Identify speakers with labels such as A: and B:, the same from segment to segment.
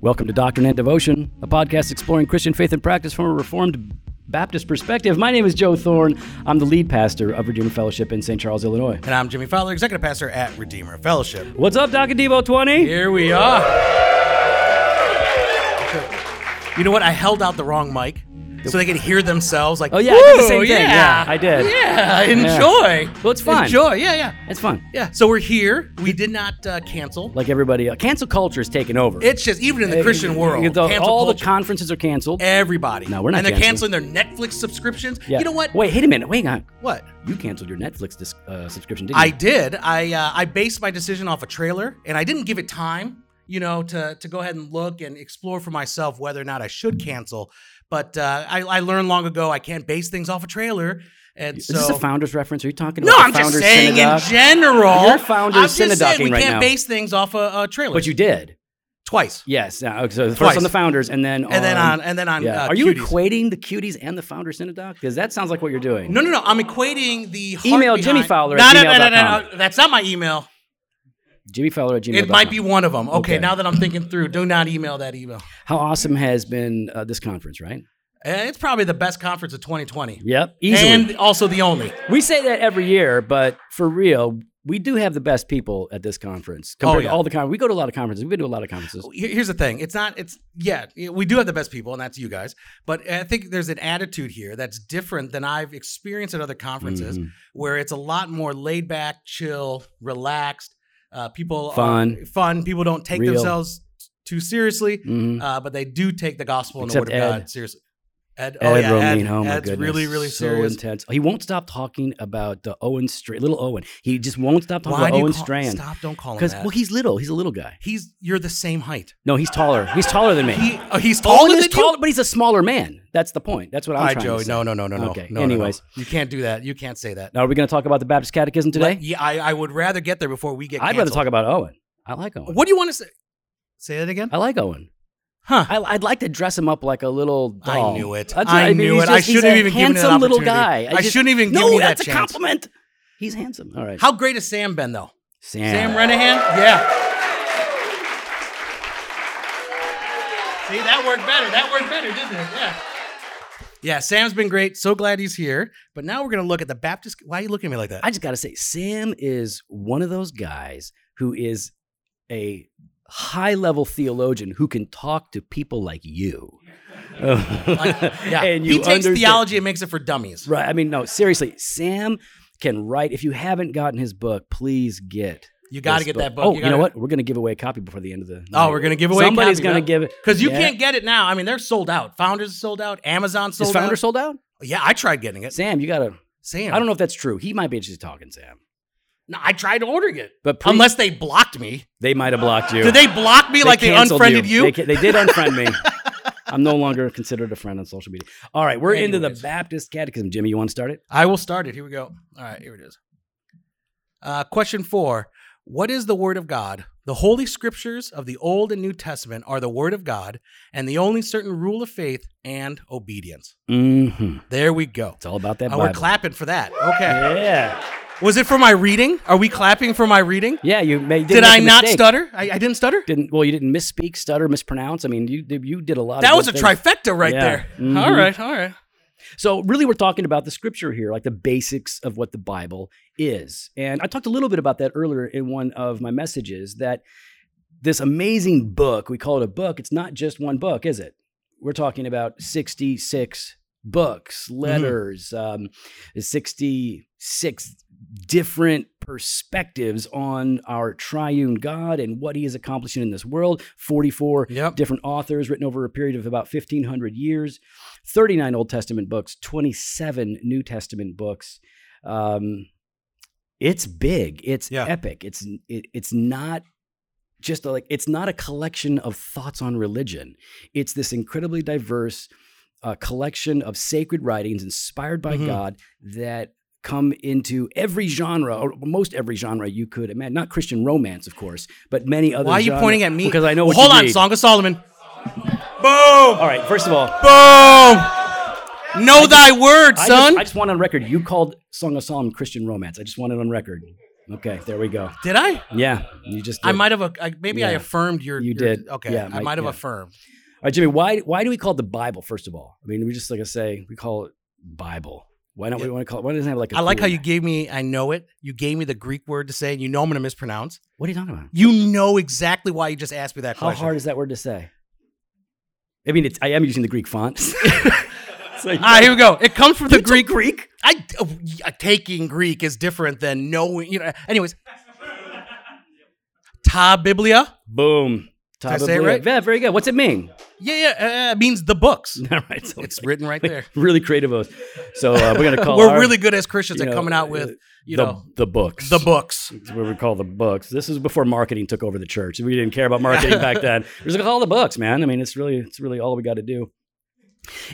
A: Welcome to Doctrine and Devotion, a podcast exploring Christian faith and practice from a Reformed Baptist perspective. My name is Joe Thorne. I'm the lead pastor of Redeemer Fellowship in St. Charles, Illinois.
B: And I'm Jimmy Fowler, executive pastor at Redeemer Fellowship.
A: What's up, Doc and Devo 20?
B: Here we are. You know what? I held out the wrong mic so they could hear themselves. Like,
A: Oh, yeah, I did the
B: "Whoa,
A: same thing. Yeah, I did.
B: Yeah, enjoy.
A: Well, it's fine.
B: Enjoy. Yeah, yeah,
A: It's fun.
B: yeah. So we're here. We did not uh, cancel.
A: Like everybody else. Cancel culture is taking over.
B: It's just even in the Christian world,
A: All
B: cancel
A: the
B: culture,
A: conferences are canceled.
B: everybody.
A: No, we're not
B: And they're
A: canceling.
B: canceling their Netflix subscriptions.
A: Yeah.
B: You know what?
A: Wait, wait a minute. Wait on.
B: What?
A: You canceled your Netflix dis- uh, subscription, didn't
B: I
A: you?
B: did. I uh, I based my decision off a trailer, and I didn't give it time, you know, to to go ahead and look and explore for myself whether or not I should cancel. But uh, I, I learned long ago I can't base things off a trailer, and
A: Is
B: so
A: this a founders reference? Are you talking
B: no,
A: about the
B: I'm just
A: founders
B: saying
A: synagogue?
B: in general.
A: You're founders
B: I'm just saying we
A: synagoguing right
B: can't
A: now.
B: base things off a, a trailer.
A: But you did.
B: twice,
A: Yes. uh, So first
B: Twice.
A: on the founders, and then on,
B: and then on and then on.
A: yeah.
B: Uh,
A: Are you
B: Cuties.
A: equating the cuties and the founder synagogue? Because that sounds like what you're doing.
B: No, no, no. I'm equating the heart
A: Email
B: behind-
A: Jimmy Fowler
B: No,
A: at
B: no, no, no, no,
A: gmail.com.
B: no. That's not my email.
A: Jimmy Fowler at gmail.
B: It might be one of them. Okay,
A: Okay.
B: now that I'm thinking through, do not email that email.
A: How awesome has been uh, this conference, right?
B: Eh, It's probably the best conference of 2020.
A: Yep. Easily.
B: And also the only.
A: we say that every year, but for real, we do have the best people at this conference compared
B: Oh, yeah. Oh,
A: to all the con- We go to a lot of conferences. We've been to a lot of conferences.
B: Here- Here's the thing. It's not, it's, yeah, we do have the best people, and that's you guys. But I think there's an attitude here that's different than I've experienced at other conferences
A: Mhm.
B: where it's a lot more laid back, chill, relaxed. Uh, people are-
A: Fun.
B: fun. People don't take
A: Real.
B: themselves too seriously,
A: Mhm.
B: uh, but they do take the gospel and the
A: Except
B: word of
A: Ed.
B: God seriously. Ed,
A: Ed
B: oh, yeah,
A: Romaine,
B: Ed,
A: oh my
B: Ed's
A: goodness,
B: really, really
A: so
B: serious.
A: intense. He won't stop talking about the Owen Stray, little Owen. He just won't stop talking
B: Why
A: about
B: do you
A: Owen
B: call,
A: Strand
B: Stop, don't call him
A: because
B: that.
A: well, he's little. He's a little guy.
B: he's, you're the same height.
A: No, he's taller. He's taller than me.
B: He, oh, he's
A: Owen
B: taller
A: is
B: than you?
A: taller, but he's a smaller man. That's the point. That's what I'm
B: All right,
A: trying
B: Joey.
A: to say.
B: No, no, no, no, no.
A: Okay,
B: No, no,
A: anyways.
B: no. you can't do that. You can't say that.
A: Now, are we going to talk about the Baptist Catechism today?
B: Yeah, I, I would rather get there before we get.
A: I'd rather
B: canceled.
A: talk about Owen. I like Owen.
B: What do you want to say? Say that again.
A: I like Owen.
B: Huh?
A: I, I'd like to dress him up like a little
B: I
A: doll.
B: knew it.
A: That's what
B: I
A: mean.
B: knew
A: He's
B: it. I
A: just- he's
B: shouldn't
A: a
B: have even given it an
A: handsome little guy.
B: opportunity. I
A: just-
B: shouldn't even
A: no,
B: given you that
A: that's a
B: chance.
A: compliment. He's handsome. All right.
B: How great has Sam been though? Sam
A: Sam.
B: Renahan. Yeah. See, that worked better. That worked better, didn't it? Yeah. Yeah, Sam's been great. So glad he's here. But now we're gonna look at the Baptist. Why are you looking at me like that?
A: I just got to say, Sam is one of those guys who is a high level theologian who can talk to people like you.
B: yeah.
A: and
B: he
A: you
B: takes
A: understand-
B: theology and makes it for dummies.
A: Right. I mean, no, seriously, Sam can write. If you haven't gotten his book, please get.
B: You got to
A: this
B: get that book.
A: Oh, you,
B: gotta-
A: know what? We're going to give away a copy before the end of the.
B: Oh, we're gonna give away. a
A: Somebody's
B: copy,
A: gonna
B: huh?
A: give it
B: because you
A: yeah.
B: can't get it now. I mean, they're sold out. Founders is sold out. Amazon sold
A: Is founder
B: out.
A: sold out?
B: yeah, I tried getting it.
A: Sam, you gotta.
B: Sam,
A: I don't know if that's true. He might be just talking, Sam.
B: No, I tried ordering it,
A: But please-
B: unless they blocked me.
A: They might have blocked you.
B: Did they block me like they
A: canceled
B: unfriended you?
A: They, ca- they did unfriend me. I'm no longer considered a friend on social media. All right, we're into the
B: Anyways.
A: Baptist Catechism. Jimmy, you want to start it?
B: I will start it. Here we go. All right, here it is. Uh, question four What is the Word of God? The Holy Scriptures of the Old and New Testament are the Word of God and the only certain rule of faith and obedience.
A: Mm-hmm.
B: There we go.
A: It's all about that
B: Uh, we're
A: Bible.
B: clapping for that. Okay.
A: yeah,
B: Was it for my reading? Are we clapping for my reading?
A: yeah. You made.
B: Did I not
A: stutter?
B: stutter? I, I didn't stutter?
A: didn't well you didn't misspeak stutter mispronounce i mean you you did a lot of
B: That
A: good
B: was a
A: things.
B: trifecta right
A: Yeah.
B: there.
A: Mhm.
B: All right, all right.
A: so really we're talking about the scripture here like the basics of what the bible is and i talked a little bit about that earlier in one of my messages that this amazing book we call it a book it's not just one book is it we're talking about 66 books
B: Mm-hmm.
A: letters um, 66 different perspectives on our triune god and what he is accomplishing in this world 44
B: Yep.
A: different authors written over a period of about 1500 years 39 old testament books 27 new testament books um, it's big it's
B: Yeah.
A: epic it's it, it's not just like it's not a collection of thoughts on religion it's this incredibly diverse uh, collection of sacred writings inspired by
B: Mhm.
A: god that come into every genre or most every genre you could imagine not christian romance of course but many other
B: Why are you
A: genres.
B: pointing at me?
A: because i know what
B: Hold
A: you
B: on,
A: read.
B: Song of Solomon. Boom!
A: all right first of all
B: Boom! Know thy word,
A: I
B: son.
A: Just, I just want on record. You called Song of Solomon Christian romance. I just want it on record. Okay, there we go.
B: Did I?
A: Yeah, you just. Did.
B: I might have. A, I, maybe I
A: Yeah.
B: affirmed your.
A: You
B: your-
A: did.
B: Okay.
A: Yeah,
B: I
A: Mike,
B: might have
A: yeah.
B: affirmed.
A: All right, Jimmy. Why why do we call it the Bible? First of all, I mean, we just like I say, we call it Bible. Why don't we
B: Yeah.
A: want to call it? Why doesn't it have like a
B: I like
A: cool-
B: how you gave me. I know it. You gave me the Greek word to say, and you know I'm going to mispronounce.
A: What are you talking about?
B: You know exactly why you just asked me that
A: How
B: question.
A: hard is that word to say? I mean, it's, I am using the Greek font. It's like-
B: Ah, here we go. It comes from the
A: You took
B: Greek.
A: Greek.
B: I oh, yeah, taking Greek is different than knowing. You know. Anyways, ta biblia.
A: Boom.
B: I
A: Top of
B: say it
A: lid.
B: right?
A: Yeah, very good. What's it mean?
B: Yeah, yeah. Uh, it means the books.
A: All right, so
B: It's written right there.
A: really creative. oath. So uh, we're gonna call.
B: We're
A: our,
B: really good as Christians
A: you
B: at
A: know,
B: coming out
A: uh,
B: with you
A: the,
B: know
A: the books.
B: the books.
A: It's what we call the books. This is before marketing took over the church. We didn't care about marketing back then. We're just gonna call the books, man. I mean, it's really, it's really all we got to do.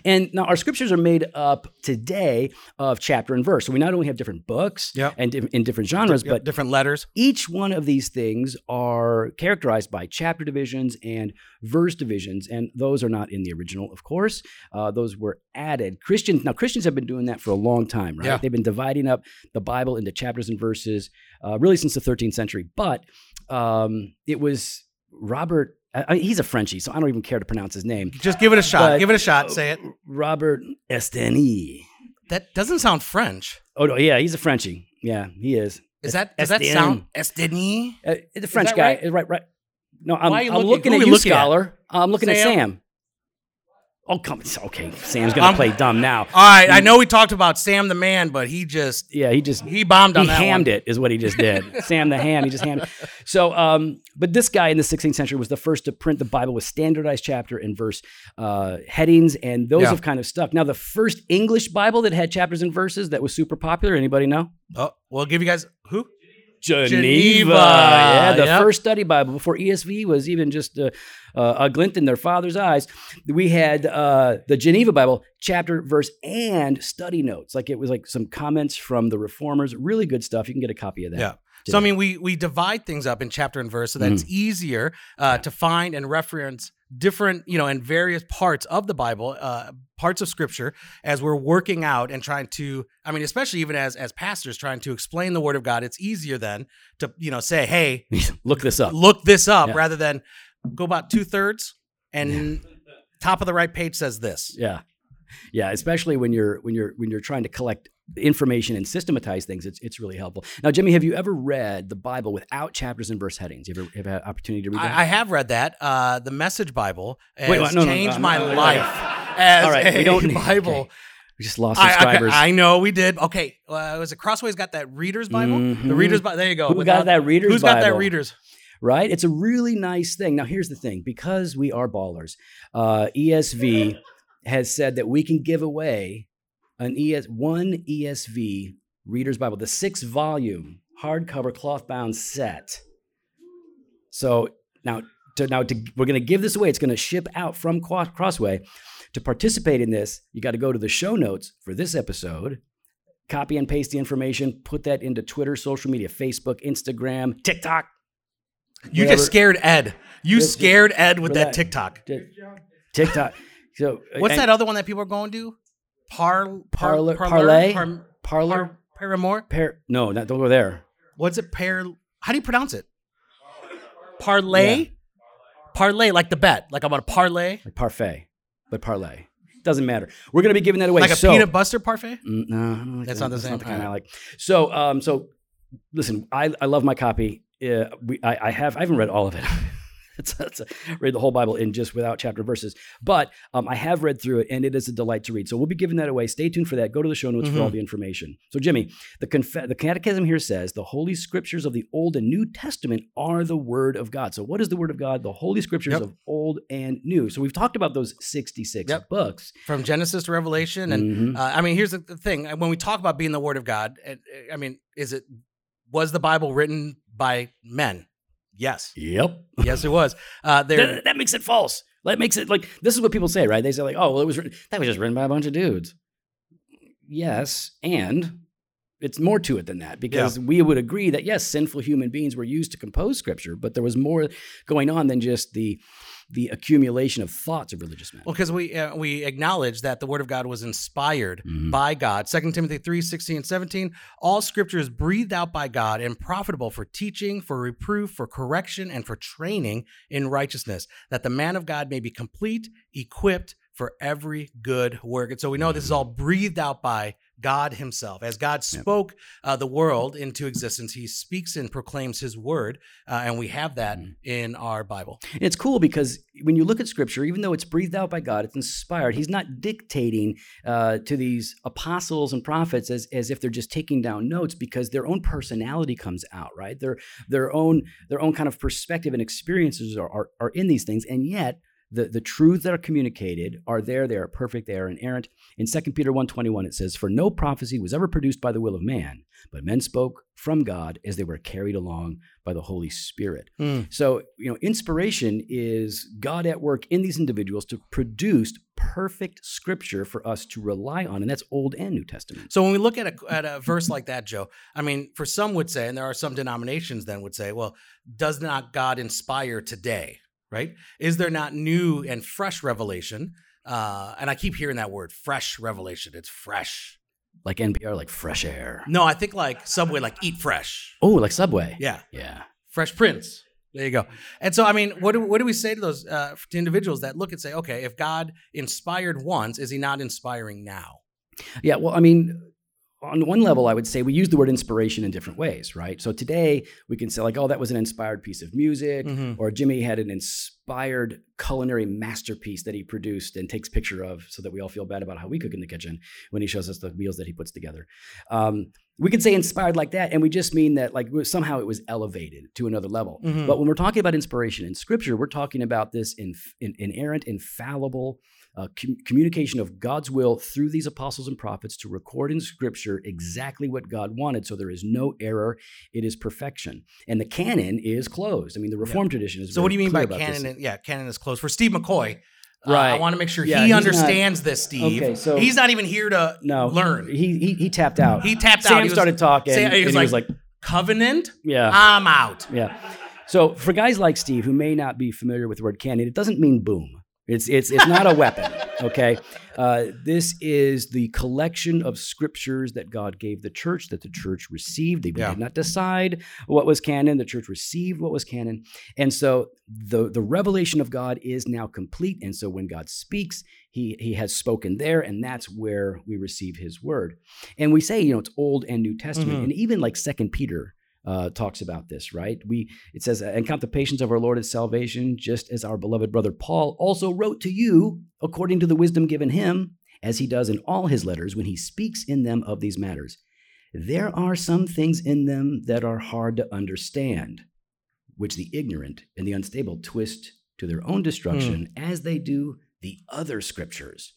A: And now our scriptures are made up today of chapter and verse. So we not only have different books
B: Yep.
A: and di- in different genres,
B: Yep,
A: but
B: different letters.
A: each one of these things are characterized by chapter divisions and verse divisions and those are not in the original of course uh, those were added christians now christians have been doing that for a long time right
B: Yeah.
A: they've been dividing up the bible into chapters and verses uh, really since the 13th century but um, it was robert I, I- he's a frenchie so i don't even care to pronounce his name
B: Just give it a shot.
A: But- uh,
B: give it a shot. Say it.
A: robert estany
B: That doesn't sound French.
A: oh no yeah he's a frenchie yeah he is
B: Is that does that
A: Estienne.
B: sound Estini?
A: Uh, the French
B: that
A: guy,
B: right?
A: right? right, No, I'm,
B: Why are you
A: I'm
B: looking-
A: looking
B: who are
A: at
B: we
A: you,
B: looking at?
A: scholar. Uh, I'm looking at
B: Sam?
A: Sam. Oh, come. Okay, Sam's gonna
B: I'm-
A: play dumb now.
B: All right, I know we talked about Sam the man, but he just
A: Yeah, he just
B: he bombed on
A: he
B: that
A: hammed
B: one.
A: it, is what he just did. Sam the ham, he just hammed it. So, um, but this guy in the 16th century was the first to print the Bible with standardized chapter and verse uh, headings, and those
B: Yeah.
A: have kind of stuck. Now, the first English Bible that had chapters and verses that was super popular, anybody know?
B: Oh, we'll give you guys who?
A: Geneva.
B: Geneva.
A: Yeah, the
B: Yep.
A: first study Bible before ESV was even just a, a, a glint in their father's eyes. We had uh, the Geneva Bible, chapter, verse, and study notes. Like it was like some comments from the reformers. Really good stuff. You can get a copy of that.
B: Yeah.
A: today.
B: So I mean, we we divide things up in chapter and verse, so that it's
A: Mm.
B: easier uh, to find and reference different, you know, and various parts of the Bible, uh, parts of Scripture, as we're working out and trying to. I mean, especially even as as pastors trying to explain the Word of God, it's easier then to you know say, hey,
A: Look this up.
B: look this up
A: Yeah.
B: rather than go about two thirds and top of the right page says this.
A: Yeah. Yeah, especially when you're when you're when you're trying to collect information and systematize things, it's it's really helpful. Now, Jimmy, have you ever read the Bible without chapters and verse headings? You ever have had opportunity to read that?
B: I, I have read that. Uh, the Message Bible has
A: Wait, what? No, no, no,
B: changed
A: no,
B: my
A: no, no, no, no.
B: life as
A: All right,
B: a
A: we don't need-
B: Bible.
A: okay. we just lost
B: I- I,
A: subscribers.
B: I know we did. Okay, uh, was it Crossways got that Reader's Bible? The
A: Mhm.
B: Reader's Bible. There you go.
A: Who got that Reader's
B: Who's got that
A: Bible?
B: Reader's?
A: right? It's a really nice thing. Now, here's the thing because we are ballers, uh, ESV has said that we can give away an ES, one ESV Reader's Bible, the six volume hardcover cloth bound set. So now, to, now to, we're going to give this away. It's going to ship out from Qua- Crossway. To participate in this, you got to go to the show notes for this episode, copy and paste the information, put that into Twitter, social media, Facebook, Instagram, TikTok.
B: You
A: Whatever.
B: just scared Ed. You
A: Yes,
B: scared Ed with that
A: relax.
B: TikTok.
A: Good TikTok. So
B: What's
A: and
B: that other one that people are going to? Par, par,
A: Parlor-
B: parler,
A: parlay?
B: Par,
A: Parlor.
B: par, paramore?
A: Par- no, not, don't go there.
B: What's it? Par? How do you pronounce it? Parlay.
A: Yeah.
B: Parlay, like the bet. Like I'm gonna parlay,
A: Like parfait, but parlay doesn't matter. We're gonna be giving that away.
B: like a
A: so,
B: peanut butter parfait.
A: Mm, no, I don't like
B: That's
A: that.
B: not the same.
A: kind I
B: Alright.
A: like. So, um, so listen, I, I love my copy. Uh, we, I, I have I haven't read all of it. it's, it's read the whole Bible in just without chapter verses, but um, I have read through it, and it is a delight to read. So we'll be giving that away. Stay tuned for that. Go to the show notes
B: Mm-hmm.
A: for all the information. So Jimmy, the conf- the Catechism here says the Holy Scriptures of the Old and New Testament are the Word of God. So what is the Word of God? The Holy Scriptures
B: Yep.
A: of Old and New. So we've talked about those sixty six
B: Yep.
A: books.
B: From Genesis to Revelation, and
A: Mhm.
B: Uh, I mean, here's the, the thing: when we talk about being the Word of God, and, uh, I mean, is it was the Bible written by men? Yes,
A: yep.
B: yes, it was. Uh, there,
A: That, that makes it false. That makes it like this is what people say, right? They say like, "Oh, well, it was written, that was just written by a bunch of dudes." Yes, and it's more to it than that because we would agree that yes, sinful human beings were used to compose scripture, but there was more going on than just the the accumulation of thoughts of religious men.
B: Well, because we uh, we acknowledge that the Word of God was inspired
A: Mhm.
B: by God. 2 Timothy 3 16 and 17. All scripture is breathed out by God and profitable for teaching, for reproof, for correction, and for training in righteousness, that the man of God may be complete, equipped for every good work. And so we know this is all breathed out by God Himself. As God spoke uh, the world into existence, He speaks and proclaims His word. Uh, and we have that
A: Mhm.
B: in our Bible.
A: And it's cool because when you look at scripture, even though it's breathed out by God, it's inspired. He's not dictating uh, to these apostles and prophets as, as if they're just taking down notes because their own personality comes out, right? Their their own their own kind of perspective and experiences are are, are in these things, and yet. The, the truths that are communicated are there they are perfect they are inerrant in 2 peter 1.21 it says for no prophecy was ever produced by the will of man but men spoke from god as they were carried along by the holy spirit
B: Hmm.
A: so, you know, inspiration is God at work in these individuals to produce perfect scripture for us to rely on, and that's Old and New Testament.
B: So when we look at a at a verse like that, Joe, I mean, for some would say, and there are some denominations then would say, well, does not God inspire today? Right? Is there not new and fresh revelation? Uh, and I keep hearing that word, fresh revelation. It's fresh.
A: Like NPR, like fresh air.
B: No, I think like Subway, like eat fresh.
A: Oh, like Subway.
B: Yeah,
A: Yeah.
B: Fresh Prince. There you go. And so, I mean, what do, what do we say to those uh, to individuals that look and say, okay, if God inspired once, is He not inspiring now?
A: Yeah. Well, I mean, on one level, I would say we use the word inspiration in different ways, right? So today we can say, like, oh, that was an inspired piece of music, or Jimmy had an inspired culinary masterpiece that he produced and takes picture of so that we all feel bad about how we cook in the kitchen when he shows us the meals that he puts together. Um, we could say inspired like that, and we just mean that like somehow it was elevated to another level.
B: Mhm.
A: But when we're talking about inspiration in Scripture, we're talking about this in, in, inerrant, infallible uh, com- communication of God's will through these apostles and prophets to record in Scripture exactly what God wanted. So there is no error; it is perfection, and the canon is closed. I mean, the Reformed tradition is.
B: So what do
A: very
B: you mean
A: clear
B: by
A: about this.
B: canon? and- yeah, canon is closed for Steve McCoy. uh, I
A: Right.
B: want to make sure
A: Yeah,
B: he
A: he's
B: understands this, Steve.
A: Okay, so-
B: he's not even here to
A: No,
B: learn. He,
A: He, he he tapped out.
B: tapped
A: Sam
B: out. He was,
A: started talking,
B: Sam- he was "Ah."
A: and he was like,
B: covenant.
A: "Yeah,
B: I'm out.
A: Yeah. So for guys like Steve who may not be familiar with the word cannon, it doesn't mean boom. It's it's it's not a weapon. Okay. Uh, this is the collection of scriptures that God gave the church that the church received. They
B: Yeah.
A: did not decide what was canon. The church received what was canon, and so the the revelation of God is now complete. And so when God speaks, he he has spoken there, and that's where we receive His word. And we say, you know, it's Old and New Testament,
B: Mhm.
A: and even like Second Peter uh, talks about this, right? We it says, "And count the patience of our Lord as salvation, just as our beloved brother Paul also wrote to you, according to the wisdom given him, as he does in all his letters when he speaks in them of these matters. There are some things in them that are hard to understand, which the ignorant and the unstable twist to their own destruction, as they do the other scriptures."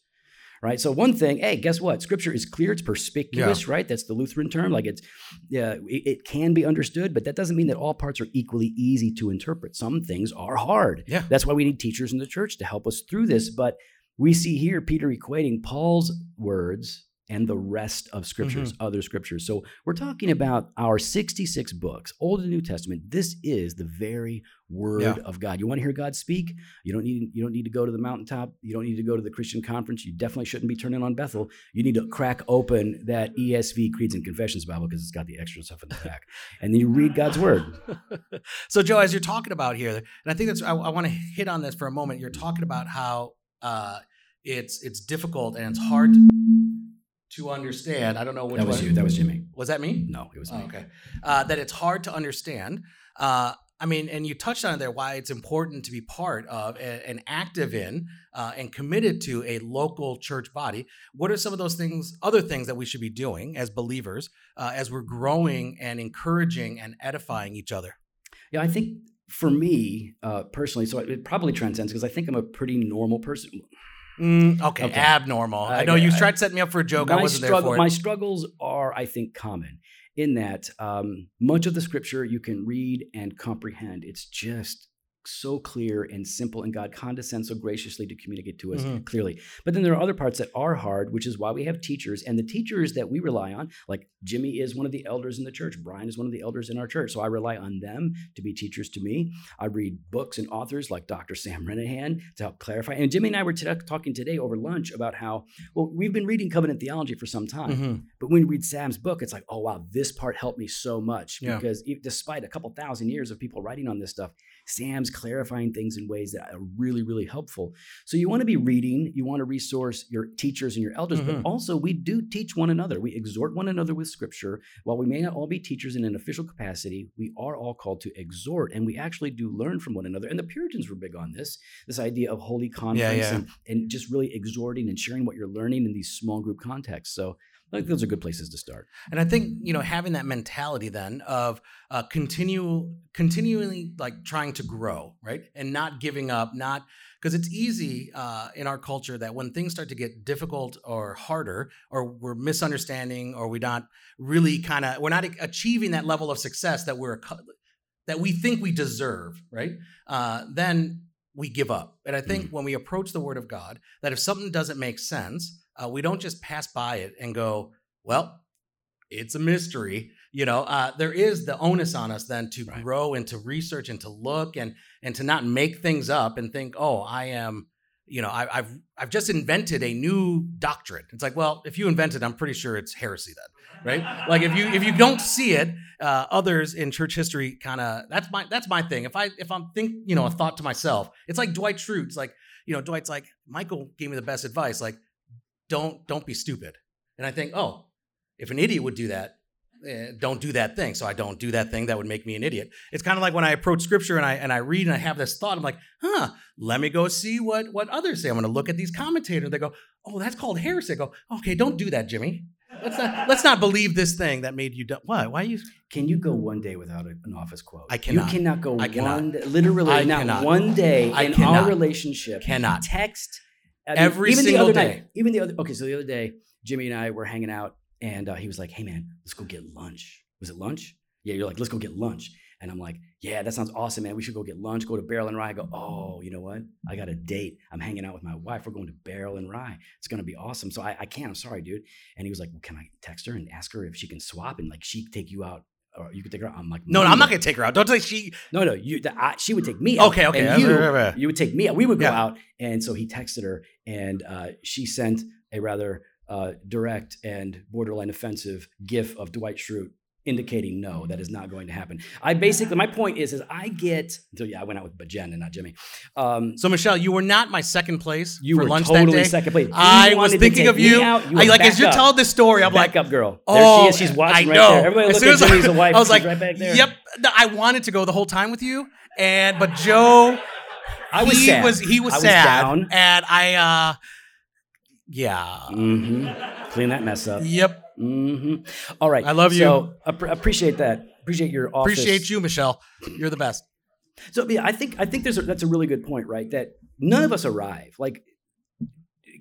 A: Right. So one thing, hey, guess what? Scripture is clear. It's perspicuous, right? That's the Lutheran term. Like it's yeah, it, it can be understood, but that doesn't mean that all parts are equally easy to interpret. Some things are hard.
B: Yeah.
A: That's why we need teachers in the church to help us through this. But we see here Peter equating Paul's words and the rest of scriptures,
B: Mm-hmm.
A: other scriptures. So we're talking about our 66 books, Old and New Testament. This is the very word
B: Yeah.
A: of God. You want to hear God speak? You don't need you don't need to go to the mountaintop. You don't need to go to the Christian conference. You definitely shouldn't be turning on Bethel. You need to crack open that ESV Creeds and Confessions Bible because it's got the extra stuff in the back, and then you read God's Word.
B: So, Joe, as you're talking about here, and I think that's I, I want to hit on this for a moment. You're talking about how uh, it's it's difficult and it's hard to understand. I don't know which
A: That was
B: one-
A: you. That was Jimmy.
B: Was that me?
A: No, it was
B: Oh,
A: me.
B: okay. Uh, that it's hard to understand. Uh, I mean, and you touched on it there why it's important to be part of and, and active in uh, and committed to a local church body. What are some of those things, other things that we should be doing as believers uh, as we're growing and encouraging and edifying each other?
A: Yeah, I think for me uh, personally, so it, it probably transcends because I think I'm a pretty normal person.
B: okay,
A: Mm, Okay.
B: abnormal. I,
A: I-
B: know you
A: I-
B: tried setting me up for a joke. I
A: my
B: wasn't
A: struggle-
B: there for it.
A: My struggles are, I think, common in that um, much of the scripture you can read and comprehend. It's just so clear and simple, and God condescends so graciously to communicate to us
B: Mhm.
A: clearly. But then there are other parts that are hard, which is why we have teachers. And the teachers that we rely on, like Jimmy is one of the elders in the church, Brian is one of the elders in our church. So I rely on them to be teachers to me. I read books and authors like Dr. Sam Renahan to help clarify. And Jimmy and I were t- talking today over lunch about how, well, we've been reading covenant theology for some time.
B: Mhm.
A: But when you read Sam's book, it's like, oh wow, this part helped me so much
B: Yeah.
A: because e- despite a couple thousand years of people writing on this stuff, Sam's clarifying things in ways that are really, really helpful. So you want to be reading, you want to resource your teachers and your elders,
B: Mhm.
A: but also we do teach one another. We exhort one another with scripture. While we may not all be teachers in an official capacity, we are all called to exhort, and we actually do learn from one another. And the Puritans were big on this, this idea of holy conference
B: yeah.
A: And, and just really exhorting and sharing what you're learning in these small group contexts. So I think those are good places to start.
B: And I think you know having that mentality then of uh, continue continually like trying to grow, right, and not giving up, not because it's easy uh, in our culture that when things start to get difficult or harder, or we're misunderstanding, or we're not really kind of we're not achieving that level of success that we're accu- that we think we deserve, right? Uh, then we give up. And I think when we approach the Word of God, that if something doesn't make sense, uh, we don't just pass by it and go, well it's a mystery you know uh, there is the onus on us then to
A: Right.
B: grow and to research and to look and and to not make things up and think oh i am you know I, i've i've just invented a new doctrine it's like well if you invent it i'm pretty sure it's heresy then right like if you if you don't see it uh, others in church history kind of that's my that's my thing if i if i'm think you know a thought to myself it's like dwight schrute's like you know dwight's like michael gave me the best advice like don't don't be stupid and i think oh if an idiot would do that eh, don't do that thing so i don't do that thing that would make me an idiot it's kind of like when i approach scripture and i and i read and i have this thought i'm like huh let me go see what what others say i'm going to look at these commentators they go oh that's called heresy I go okay don't do that jimmy let's not let's not believe this thing that made you do- why why are you
A: Can you go one day without a- an office quote?
B: I cannot.
A: You cannot go
B: I cannot.
A: one day, literally
B: I
A: not
B: cannot.
A: one day
B: I
A: in
B: cannot.
A: our relationship.
B: cannot
A: Text I
B: Every
A: even
B: single
A: the other
B: day.
A: Night, even the other okay, so the other day, Jimmy and I were hanging out, and uh, he was like, "Hey man, let's go get lunch." Was it lunch? Yeah, you're like, "Let's go get lunch," and I'm like, "Yeah, that sounds awesome, man. We should go get lunch. Go to Barrel and Rye." I go, "Oh, you know what? I got a date. I'm hanging out with my wife. We're going to Barrel and Rye. It's gonna be awesome." So I, I can't. I'm sorry, dude. And he was like, well, "Can I text her and ask her if she can swap and like she take you out?" Or you could take her. out on like,
B: no, no i'm not
A: Monday?"
B: going to take her out don't say she
A: No, no. You, the, I, she would take me.
B: okay
A: out,
B: okay
A: and you-
B: Uh,
A: you would take me out. We would go
B: Yeah.
A: out. And so he texted her, and uh, she sent a rather uh, direct and borderline offensive gif of Dwight Schrute indicating no, that is not going to happen. I basically, my point is, is I get, so yeah, I went out with Jen and not Jimmy. Um,
B: so michelle you were not my second place
A: you
B: for
A: were
B: lunch
A: totally
B: that day
A: second place. You
B: I was
A: wanted to
B: thinking
A: take
B: of
A: me
B: you.
A: out.
B: I,
A: were
B: like
A: back
B: as you
A: up.
B: told this story, I'm like,
A: Back up girl.
B: oh,
A: there she is. She's watching
B: I
A: right
B: know.
A: there. Everybody
B: As
A: look
B: soon
A: at
B: as I-
A: Jimmy's wife.
B: I was
A: She's
B: like,
A: right back there.
B: Yep, No, I wanted to go the whole time with you, and but Joe,
A: I was
B: he
A: sad.
B: was he was
A: I was
B: sad,
A: down.
B: and I, uh, yeah,
A: Mm-hmm. Clean that mess up.
B: yep,
A: hmm All right.
B: I love you.
A: So app- appreciate that. Appreciate your office.
B: appreciate you, Michelle. You're the best.
A: So yeah, I think I think there's a, that's a really good point, right? That none of us arrive. Like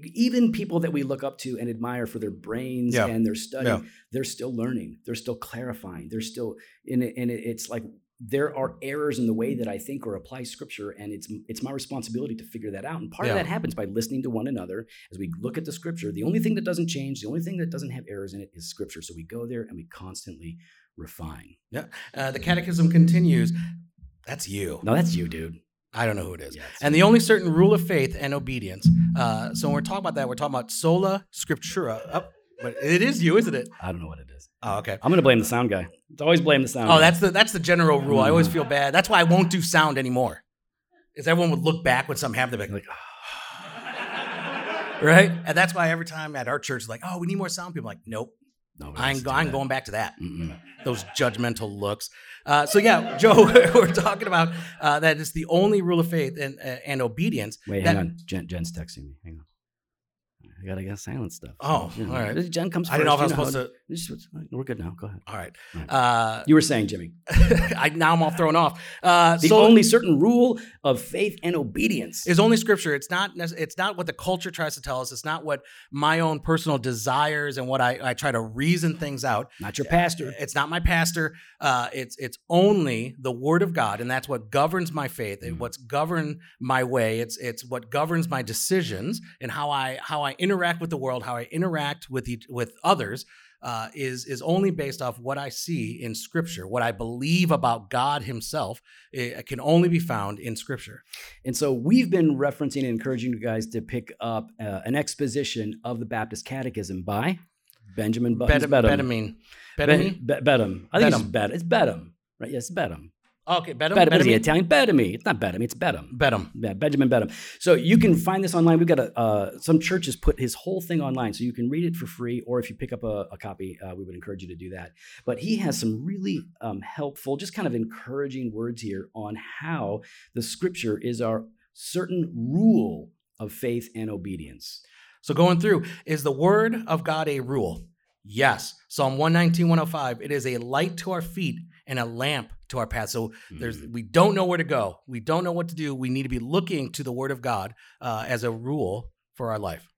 A: even people that we look up to and admire for their brains
B: Yeah.
A: and their study,
B: Yeah.
A: they're still learning. They're still clarifying. They're still in it, and it, it's like there are errors in the way that I think or apply scripture, and it's it's my responsibility to figure that out. And part of
B: Yeah.
A: that happens by listening to one another as we look at the scripture. The only thing that doesn't change, the only thing that doesn't have errors in it, is scripture. So we go there and we constantly refine.
B: Uh, the Catechism continues. That's you.
A: No, that's you, dude.
B: I don't know who it is.
A: Yeah, it's
B: And the only certain rule of faith and obedience. Uh, so when we're talking about that, we're talking about sola scriptura. Oh, but it is you, isn't it?
A: you. I don't know what it is.
B: Oh, okay.
A: I'm gonna blame the sound guy. It's always blame the sound.
B: Oh,
A: guy.
B: that's the that's the general rule. I
A: Mm.
B: always feel bad. That's why I won't do sound anymore. Is everyone would look back when something happened, they'd be like, right? And that's why every time at our church, like, oh, we need more sound people. I'm like, nope,
A: no,
B: I ain't, go- I ain't going back to that.
A: going.
B: Those judgmental looks. Uh, so yeah, Joe, we're talking about uh, that is the only rule of faith and uh, and obedience.
A: Wait,
B: That-
A: hang on. Jen, Jen's texting me. Hang on. I gotta get silent stuff.
B: Oh,
A: You know,
B: all right.
A: Jen comes.
B: Oh, I didn't know if I
A: first,
B: was
A: you
B: supposed to.
A: This is what's- we're good now. Go ahead.
B: All right.
A: All right.
B: Uh,
A: You were saying, Jimmy,
B: I, now I'm all thrown off. Uh,
A: the
B: so
A: only certain rule of faith and obedience.
B: is only scripture. It's not. nec- It's not what the culture tries to tell us. It's not what my own personal desires and what I, I try to reason things out.
A: not your pastor.
B: It's not my pastor. Uh, it's it's only the Word of God, and that's what governs my faith. And
A: Mm.
B: what's govern my way. It's it's what governs my decisions and how I how I interact with the world, how I interact with each, with others. Uh, is is only based off what I see in Scripture, what I believe about God Himself. It can only be found in Scripture.
A: And so we've been referencing and encouraging you guys to pick up uh, an exposition of the Baptist Catechism by Benjamin Buttons
B: Bedam-
A: Bedham.
B: Bedamine. Bedamine?
A: Be- Be- Bedham. I think
B: Bedham.
A: it's Bedham. It's Bedham, right? Yes, Bedham.
B: Okay, Bedam.
A: Bedham is the
B: Bedamine?
A: Italian. Bedham. It's not Bedham. It's Bedham.
B: Bedam.
A: Yeah, Benjamin Bedham. So you can find this online. We've got a, uh, some churches put his whole thing online, so you can read it for free. Or if you pick up a, a copy, uh, we would encourage you to do that. But he has some really um, helpful, just kind of encouraging words here on how the Scripture is our certain rule of faith and obedience.
B: So going through, is the word of God a rule? Yes. Psalm 119, 105, it is a light to our feet and a lamp to our path. So there's
A: Hmm.
B: we don't know where to go. We don't know what to do. We need to be looking to the word of God uh, as a rule for our life.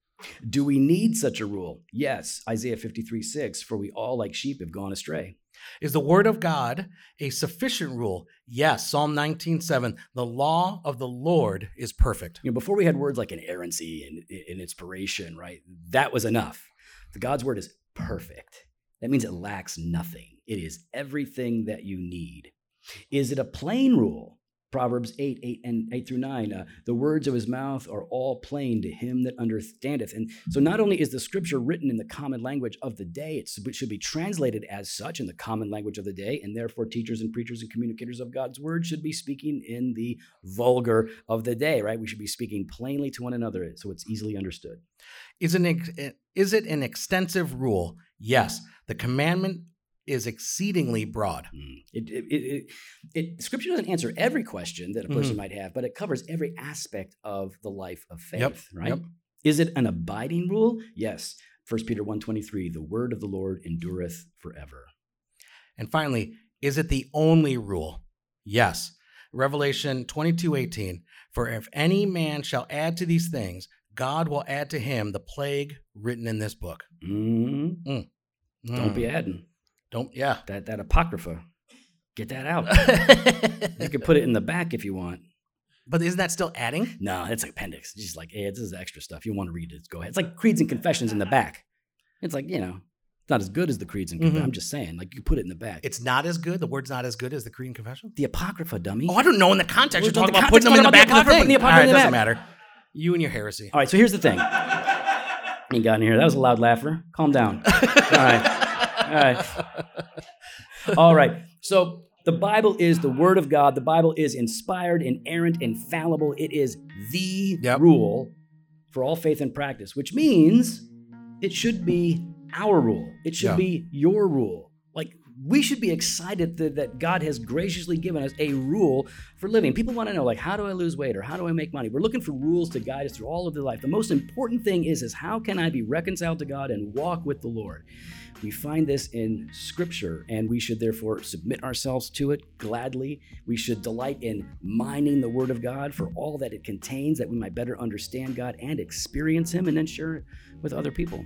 A: Do we need such a rule? Yes, Isaiah fifty-three six. For we all, like sheep, have gone astray.
B: Is the word of God a sufficient rule? Yes. Psalm 19, 7, the law of the Lord is perfect.
A: you know, before we had words like inerrancy and, and inspiration, right? That was enough. The God's word is perfect. That means it lacks nothing. It is everything that you need. Is it a plain rule? Proverbs 8, 8 and 8 through 9. Uh, the words of his mouth are all plain to him that understandeth. And so not only is the scripture written in the common language of the day, it's- it should be translated as such in the common language of the day, and therefore teachers and preachers and communicators of God's word should be speaking in the vulgar of the day, right? We should be speaking plainly to one another so it's easily understood.
B: Is an ex- eh, is it an extensive rule? Yes. The commandment is exceedingly broad.
A: It, it, it, it, it, scripture doesn't answer every question that a
B: Mm-hmm.
A: person might have, but it covers every aspect of the life of faith,
B: Yep,
A: right?
B: yep.
A: Is it an abiding rule? Yes. 1 Peter 1.23, the word of the Lord endureth forever.
B: And finally, is it the only rule? Yes. Revelation 22:18, for if any man shall add to these things, God will add to him the plague written in this book.
A: Mm, Don't
B: Mm.
A: be adding.
B: Don't yeah.
A: That, that Apocrypha, get that out. you can put it in the back if you want.
B: but isn't that still adding?
A: No, it's an appendix. It's just like, hey, this is extra stuff. You want to read it, go ahead. It's like creeds and confessions in the back. It's like, you know, it's not as good as the creeds and confessions.
B: Mhm.
A: I'm just saying, like, you put it in the back. It's
B: It's not as good. The word's not as good as the Creed and Confession.
A: the Apocrypha, dummy.
B: Oh, I don't know in the context.
A: We're
B: You're talking
A: talking
B: about
A: context,
B: putting them in the
A: talking
B: back
A: about
B: of the
A: the
B: thing.
A: apocalypse, the
B: All right,
A: apocalypse in
B: doesn't
A: the
B: matter. You and your heresy.
A: All right, so here's the thing. Ain't got in here. That was a loud laugher. Calm down. All right. All right. All right. So the Bible is the Word of God. The Bible is inspired, inerrant, infallible. It is the
B: Yep.
A: rule for all faith and practice, which means it should be our rule. It should
B: Yeah.
A: be your rule. Like, we should be excited that, that God has graciously given us a rule for living. People want to know, like, how do I lose weight or how do I make money? We're looking for rules to guide us through all of their life. The most important thing is, is how can I be reconciled to God and walk with the Lord? We find this in Scripture, and we should therefore submit ourselves to it gladly. We should delight in mining the Word of God for all that it contains, that we might better understand God and experience Him and then share it with other people.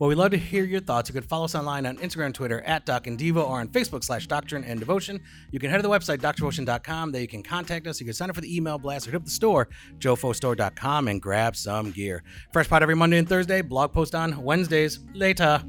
B: Well, we'd love to hear your thoughts. You can follow us online on Instagram and Twitter at Doc and Devo or on Facebook slash Doctrine and Devotion. You can head to the website, doctrinevotion.com. There you can contact us. You can sign up for the email blast or hit up the store, jofostore.com, and grab some gear. Fresh pot every Monday and Thursday, blog post on Wednesdays. Later.